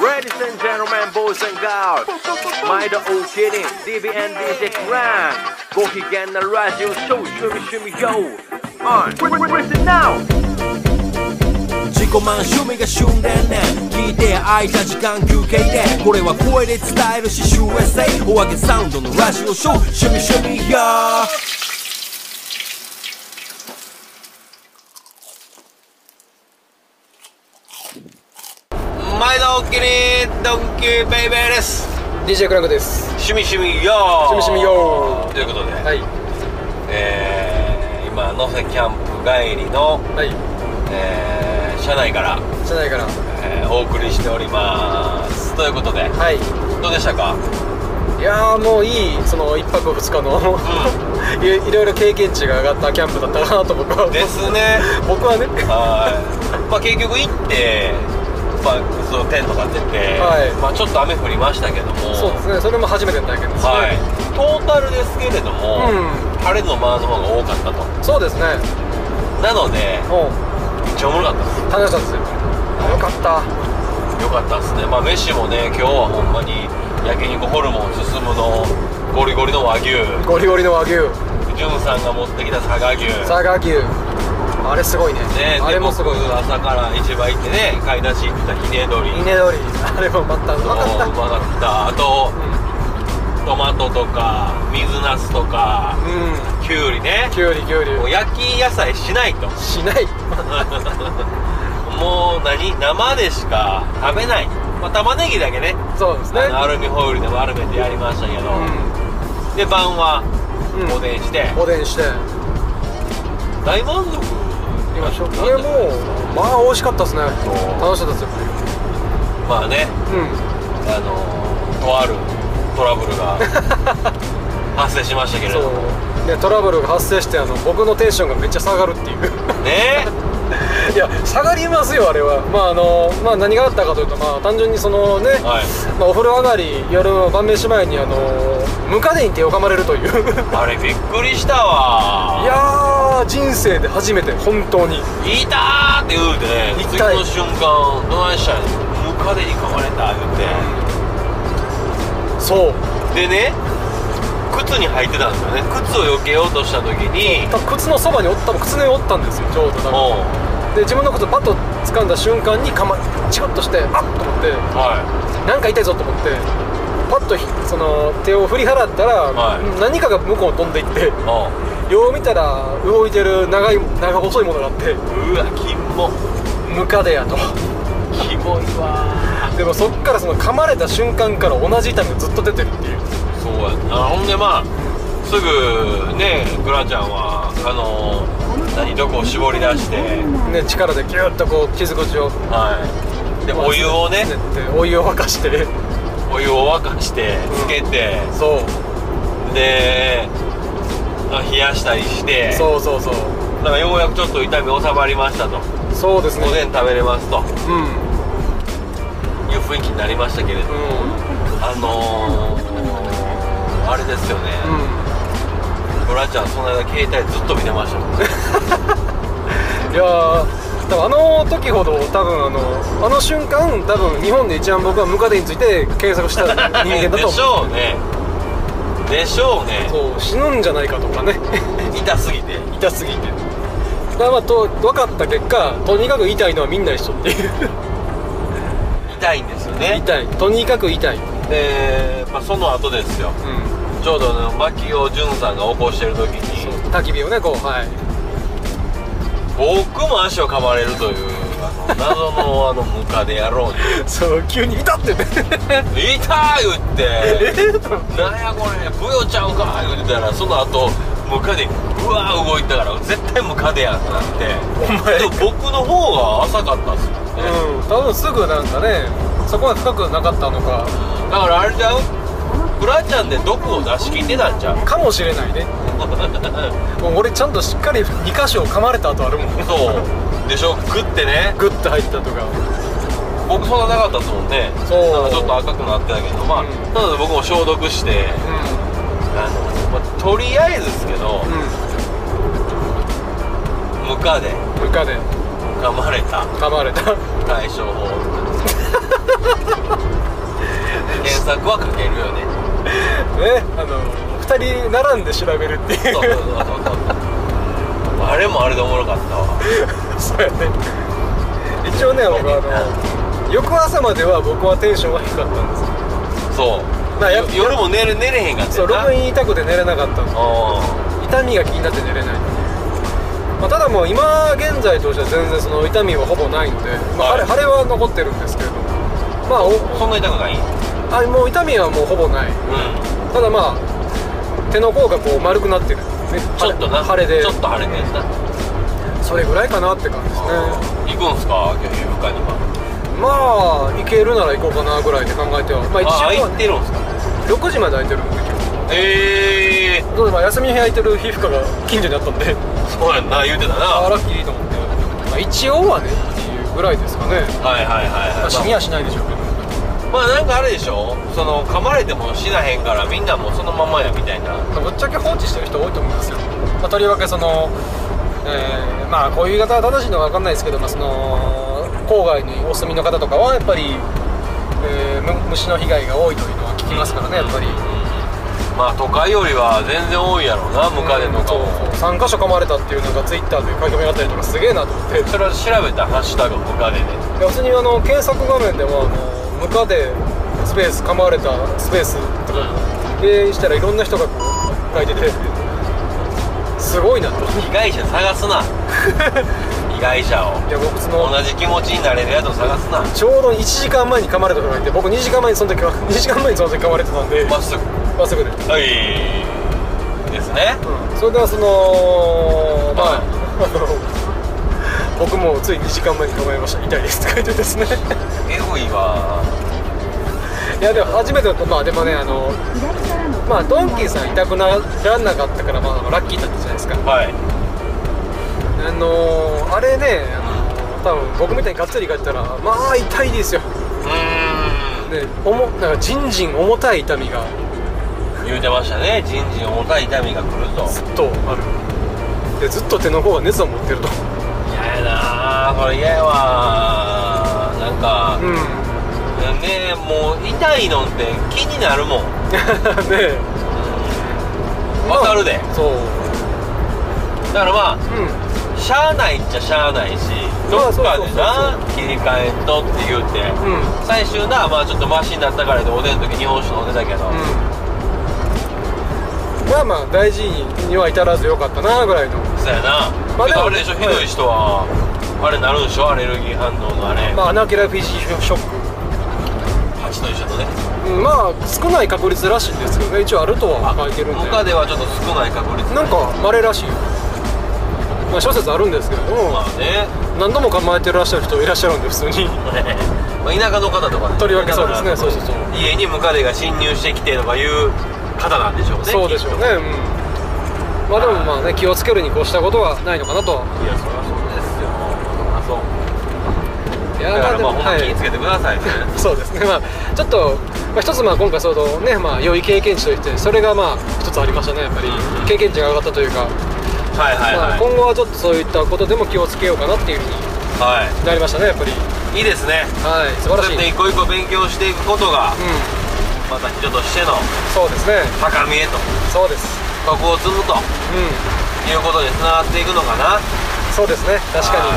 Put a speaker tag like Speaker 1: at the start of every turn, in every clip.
Speaker 1: Ladies and gentlemen, boys and girls 毎度お気に DBN DJ クランご機嫌なラジオショー趣味趣味 YO On Listen now
Speaker 2: 自己満趣味が旬でね聞いて空いた時間休憩でこれは声で伝えるし USA お揚げサウンドのラジオショー趣味趣味や
Speaker 3: 毎度お気にドンキューベイベーです
Speaker 4: DJ クランクです
Speaker 3: 趣味趣味よ
Speaker 4: しみしみよ
Speaker 3: ということで、
Speaker 4: ーはい
Speaker 3: えー、今野瀬キャンプ帰りの、
Speaker 4: はい
Speaker 3: えー、車内から、
Speaker 4: じゃないかな
Speaker 3: えーお送りしておりますということで
Speaker 4: はい
Speaker 3: どうでしたか
Speaker 4: いやーもういいその一泊二日の、 いいろいろ経験値が上がったキャンプだったなと僕は
Speaker 3: ですね
Speaker 4: 僕はね
Speaker 3: はいまあ結局行ってまあ、そのテント立てて、
Speaker 4: はい
Speaker 3: まあ、ちょっと雨降りましたけども
Speaker 4: そうですねそれも初めての体験ですね
Speaker 3: はい、トータルですけれども、
Speaker 4: う
Speaker 3: 晴れの間の方が多かったと
Speaker 4: そうですね
Speaker 3: なので
Speaker 4: もう
Speaker 3: めっちゃおもろかった
Speaker 4: 楽
Speaker 3: です
Speaker 4: しかったですよよかった
Speaker 3: よかったですねまあ飯もね今日はほんまに焼肉ホルモン進むのゴリゴリの和牛
Speaker 4: ゴリゴリの和牛
Speaker 3: ジュンさんが持ってきた佐賀牛
Speaker 4: 佐賀牛あれすごいね
Speaker 3: ね
Speaker 4: あれもすごい
Speaker 3: で僕朝から市場行ってね買い出し行ったひね鶏
Speaker 4: 稲通りあれもまたう
Speaker 3: とう
Speaker 4: まかった
Speaker 3: まかったあとトマトとか水ナスとか
Speaker 4: うん
Speaker 3: きゅうりね
Speaker 4: きゅうりきゅうり
Speaker 3: もう焼き野菜しないと
Speaker 4: しない
Speaker 3: もう何生でしか食べない、まあ、玉ねぎだけね
Speaker 4: そうですね
Speaker 3: あのアルミホイルで丸めてやりましたけど、で晩は
Speaker 4: うん
Speaker 3: おでんして、
Speaker 4: おでんして
Speaker 3: 大満足
Speaker 4: 今食
Speaker 3: なん
Speaker 4: 系
Speaker 3: じゃない
Speaker 4: も
Speaker 3: ですか
Speaker 4: まあ美味しかったですね
Speaker 3: そう
Speaker 4: 楽しかったですよ
Speaker 3: まあね
Speaker 4: う
Speaker 3: あのとあるトラブル が発生しましたけれ
Speaker 4: ん
Speaker 3: ども
Speaker 4: そうでトラブルが発生してあの僕のテンションがめっちゃ下がるっていう
Speaker 3: ね
Speaker 4: いや下がりますよあれはまああのまあ何があったかというとまあ単純にそのね、
Speaker 3: はい
Speaker 4: まあ、お風呂上がり夜の晩飯前にあのムカデに手を噛まれるという い
Speaker 3: あれびっくりしたわ
Speaker 4: やー人生で初めて本当に
Speaker 3: いたーって言うてね
Speaker 4: 痛い
Speaker 3: 次の瞬間どないしたんムカデに噛まれた言う
Speaker 4: そう
Speaker 3: てでね靴に履いてたんですよね靴を避けようとした時に
Speaker 4: 多分靴のそばにおった靴の上におったんですよちょうど多分
Speaker 3: もう
Speaker 4: で自分のことパッと掴んだ瞬間にかまチクッとしてあっと思って
Speaker 3: は
Speaker 4: なんか痛いぞと思ってパッとひその手を振り払ったら、
Speaker 3: はい
Speaker 4: 何かが向こうに飛んでいって
Speaker 3: いもう
Speaker 4: よう見たら動いてる長い長細いものがあって
Speaker 3: うわキモ
Speaker 4: ムカデやと
Speaker 3: キモいわ
Speaker 4: でもそっからその噛まれた瞬間から同じ痛みがずっと出てるっていう
Speaker 3: そうやなほんでまあすぐねグラちゃんはあの何どこを絞り出して
Speaker 4: ね力でギュッとこう傷口を
Speaker 3: はいでお湯をね
Speaker 4: ってお湯を沸かして
Speaker 3: お湯を沸かしてつけて
Speaker 4: そう
Speaker 3: であ冷やしたりして
Speaker 4: そうそうそう
Speaker 3: だからようやくちょっと痛み収まりましたと
Speaker 4: そうですね
Speaker 3: おでん食べれますと
Speaker 4: うんうん
Speaker 3: いう雰囲気になりましたけれどあのー、あれですよね、グラちゃんその間携帯ずっと見てましたもんね
Speaker 4: いやーでもあの時ほど多分あのあの瞬間多分日本で一番僕はムカデについて検索した人間だと思う
Speaker 3: でしょうねでしょうね
Speaker 4: そう死ぬんじゃないかとかね
Speaker 3: 痛すぎて痛すぎて
Speaker 4: だからまあと分かった結果とにかく痛いのはみんな一緒っていう
Speaker 3: 痛いんですよね
Speaker 4: 痛いとにかく痛い、うん、
Speaker 3: で、まあ、その後ですよちょうどあの牧を潤さんが起こしてる時
Speaker 4: そう
Speaker 3: に
Speaker 4: 焚き火をねこうはい
Speaker 3: 僕も足を噛まれるというあの謎のあのムカデ野郎に
Speaker 4: そう急に「痛っ!」て言って
Speaker 3: 「痛い!」言って「なんやこれブヨちゃうか!」言ってたらその後ムカデうわー動いたから絶対ムカデやんってなってでも僕の方が浅かったっすよね、
Speaker 4: うん多分すぐなんかねそこは深くなかったのか
Speaker 3: だからあれちゃうブラちゃんで毒を出し切ってたんちゃう
Speaker 4: かもしれ ないねもう俺ちゃんとしっかり2箇所噛まれた後あるもん
Speaker 3: そうでしょ食ってね
Speaker 4: グッと入ったとか
Speaker 3: 僕そんななかったですもんね
Speaker 4: そう
Speaker 3: なんかちょっと赤くなってたけどまあ、
Speaker 4: うん
Speaker 3: なので僕も消毒して
Speaker 4: う
Speaker 3: あの、まあ、とりあえずですけど
Speaker 4: んうん
Speaker 3: ムカデ
Speaker 4: ムカデ
Speaker 3: 噛まれた
Speaker 4: 噛まれた
Speaker 3: 対処法索はかけるよね
Speaker 4: ねあの2人並んで調べるっていう
Speaker 3: そうそうそうそうそうあれもあれでおもろかったわ
Speaker 4: そうやね一応ね僕あの翌朝までは僕はテンションが低かったんですよ
Speaker 3: そう
Speaker 4: なやっ
Speaker 3: よ夜も寝れ寝れへんかった
Speaker 4: そう
Speaker 3: よな
Speaker 4: ログイン痛くて寝れなかったんです
Speaker 3: う
Speaker 4: 痛みが気になって寝れない、まあ、ただもう今現在としては全然その痛みはほぼないので、まあ、
Speaker 3: はい
Speaker 4: 腫れ腫れは残ってるんですけれどもまあお
Speaker 3: んそんな痛くないうん
Speaker 4: あもう痛みはもうほぼないただまあ手の甲がこう丸くなってる、ね、
Speaker 3: ちょっとな
Speaker 4: 腫れで
Speaker 3: ちょっと腫れてんな
Speaker 4: それぐらいかなって感じですね
Speaker 3: 行くんすか今日夜中には
Speaker 4: まあ行けるなら行こうかなぐらいで考えてはまあ一応
Speaker 3: あ空いてるんすか
Speaker 4: 6時まで空いてるんで今日
Speaker 3: ええ
Speaker 4: どうでも休みの日空いてる皮膚科が近所にあったんで
Speaker 3: そうやんな言うてたな
Speaker 4: あ
Speaker 3: は
Speaker 4: ラッキーと思って、まあ、一応はねっていうぐらいですかね
Speaker 3: いはいはいはい、
Speaker 4: まあ死にはしないでしょうけど
Speaker 3: まあなんかあれでしょその噛まれても死なへんからみんなもうそのままやみたいな
Speaker 4: まあぶっちゃけ放置してる人多いと思うんですよ、まあとりわけその、えーまあこういう言い方は正しいのか分かんないですけど、まあ、その郊外にお住みの方とかはやっぱり、えーむ虫の被害が多いというのは聞きますからねやっぱり、
Speaker 3: まあ都会よりは全然多いやろうなムカデとかも
Speaker 4: 3箇所噛まれたっていうなんかツイッターで書き込みがあったりとかすげえなと思ってい
Speaker 3: それは調べたハッシュタグムカデで
Speaker 4: や普通にあの検索画面でもあのムカデスペース噛まれたスペースとかでしたらいろんな人がこう書いててすごいなと
Speaker 3: 被害者探 すな被害者を
Speaker 4: いや僕その
Speaker 3: 同じ気持ちになれるやつを探すな
Speaker 4: ちょうど1時間前に噛まれた人がいて僕2時間前にその時は2 時間前にその時噛まれてたんで
Speaker 3: まっすぐ
Speaker 4: まっすぐで、
Speaker 3: はいですね
Speaker 4: それではそのまあ
Speaker 3: は
Speaker 4: あの僕もつい2時間前に噛まれました痛いですって書いてですね
Speaker 3: エゴいわ
Speaker 4: いやでも初めてだったまあでもねあのまあドンキーさん痛くならなかったからまあラッキーだったじゃないですか
Speaker 3: はい
Speaker 4: あのー、あれねあの多分僕みたいにがっつり書いてたらまあ痛いですよ
Speaker 3: う
Speaker 4: ねおもなんかじんじん重たい痛みが
Speaker 3: ーん言うてましたね人事重たい痛みが来ると
Speaker 4: ずっとあるでずっと手の甲が熱を持ってると
Speaker 3: 嫌やなあこれ嫌やわなんか、
Speaker 4: うん ね
Speaker 3: ねもう痛いのって気になるもん
Speaker 4: え
Speaker 3: わかるで
Speaker 4: そう
Speaker 3: だからまあ
Speaker 4: うん
Speaker 3: しゃあないっちゃしゃあないし
Speaker 4: ま
Speaker 3: ど
Speaker 4: あ
Speaker 3: っ
Speaker 4: そう
Speaker 3: か
Speaker 4: そうそう
Speaker 3: でな切り替えんとって言うて、
Speaker 4: うん
Speaker 3: 最終なまあちょっとマシになったからでおでんの時日本酒飲んでたけど、
Speaker 4: うんまあまあ大事には至らずよかったなぐらいの
Speaker 3: そうやな、
Speaker 4: まあ
Speaker 3: けど
Speaker 4: でも
Speaker 3: あれでしょひどい人は、あれなるんでしょアレルギー反応のあれ、
Speaker 4: まあアナキラフィジーショッ
Speaker 3: 蜂と一緒のね
Speaker 4: ク、うんまあ少ない確率らしいんですけどね一応あるとは書いてるんで
Speaker 3: 他ではちょっと少ない確率
Speaker 4: なんか稀らしいよまあ諸説あるんですけれども
Speaker 3: まあね
Speaker 4: 何度も構えてらっしゃる人いらっしゃるんで普通に
Speaker 3: まあ田舎の方とかね
Speaker 4: とりわけそうですね
Speaker 3: だから
Speaker 4: そうそうそう
Speaker 3: 家にムカデが侵入してきてとかいう方なんでしょうね
Speaker 4: そうでしょうねうんまあでもまあね気をつけるに越したことはないのかなとはい
Speaker 3: やそりゃそうで
Speaker 4: い
Speaker 3: すよあそう
Speaker 4: や
Speaker 3: だからま
Speaker 4: で
Speaker 3: あほ
Speaker 4: も
Speaker 3: んま
Speaker 4: はい
Speaker 3: 気につけてくださいね、
Speaker 4: そうですね、まあ、ちょっと、まあ、一つまあ今回その、ねまあ、良い経験値としてそれがまあ一つありましたねやっぱり
Speaker 3: うん
Speaker 4: 経験値が上がったというか、
Speaker 3: はい、はい
Speaker 4: ま
Speaker 3: は
Speaker 4: あ、
Speaker 3: い
Speaker 4: 今後はちょっとそういったことでも気をつけようかなっていうふう
Speaker 3: は
Speaker 4: になりましたねやっぱり
Speaker 3: いいいですね
Speaker 4: はい素晴らし
Speaker 3: そうや
Speaker 4: い、
Speaker 3: って
Speaker 4: うん
Speaker 3: 一個一個勉強していくことがまた人としての
Speaker 4: そうですね
Speaker 3: 高みへと
Speaker 4: そうです
Speaker 3: 徳を積むと
Speaker 4: うん
Speaker 3: いうことにつながっていくのかな
Speaker 4: そうですね確か
Speaker 3: は
Speaker 4: に
Speaker 3: い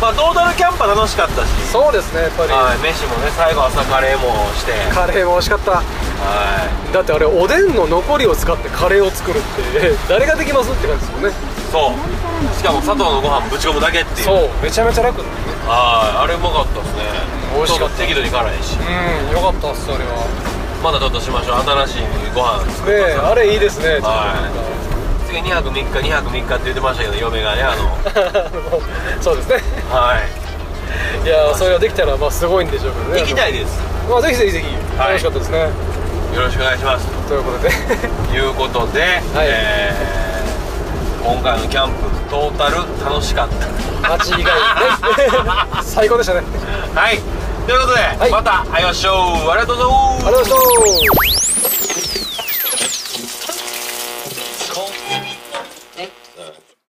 Speaker 3: まあトータルキャンパ楽しかったし
Speaker 4: そうですねやっぱり
Speaker 3: はい飯もね最後朝カレーもして
Speaker 4: カレーも美味しかった
Speaker 3: は
Speaker 4: だってあれおでんの残りを使ってカレーを作るって 誰ができますって感じですもんね
Speaker 3: いそうしかも佐藤のご飯ぶち込むだけっていう
Speaker 4: そうめちゃめちゃ楽だね
Speaker 3: はいあれうまかったですね
Speaker 4: 美味しかった
Speaker 3: ちょと適度に辛いし
Speaker 4: うんよかったっすあれは
Speaker 3: まだちょっとしましょう新しいご飯作っ
Speaker 4: ね
Speaker 3: て
Speaker 4: え
Speaker 3: ください
Speaker 4: あれいいですねちょっとなんか
Speaker 3: は次2泊3日2泊3日って言ってましたけど嫁がねあの
Speaker 4: そうですね。
Speaker 3: はい
Speaker 4: いやーそれができたらまあすごいんでしょうけどね。
Speaker 3: 行きたいです
Speaker 4: まあぜひぜひぜひ
Speaker 3: はい
Speaker 4: 楽しかったですね。
Speaker 3: よろしくお願いします
Speaker 4: ということ で、
Speaker 3: ということで、
Speaker 4: はい
Speaker 3: えー今回のキャンプトータル楽しかった
Speaker 4: 街以外ね 最高でしたね。
Speaker 3: はいということで、
Speaker 4: い
Speaker 3: また会いましょうありがとうございま
Speaker 4: あ
Speaker 3: す
Speaker 4: りがとうございました。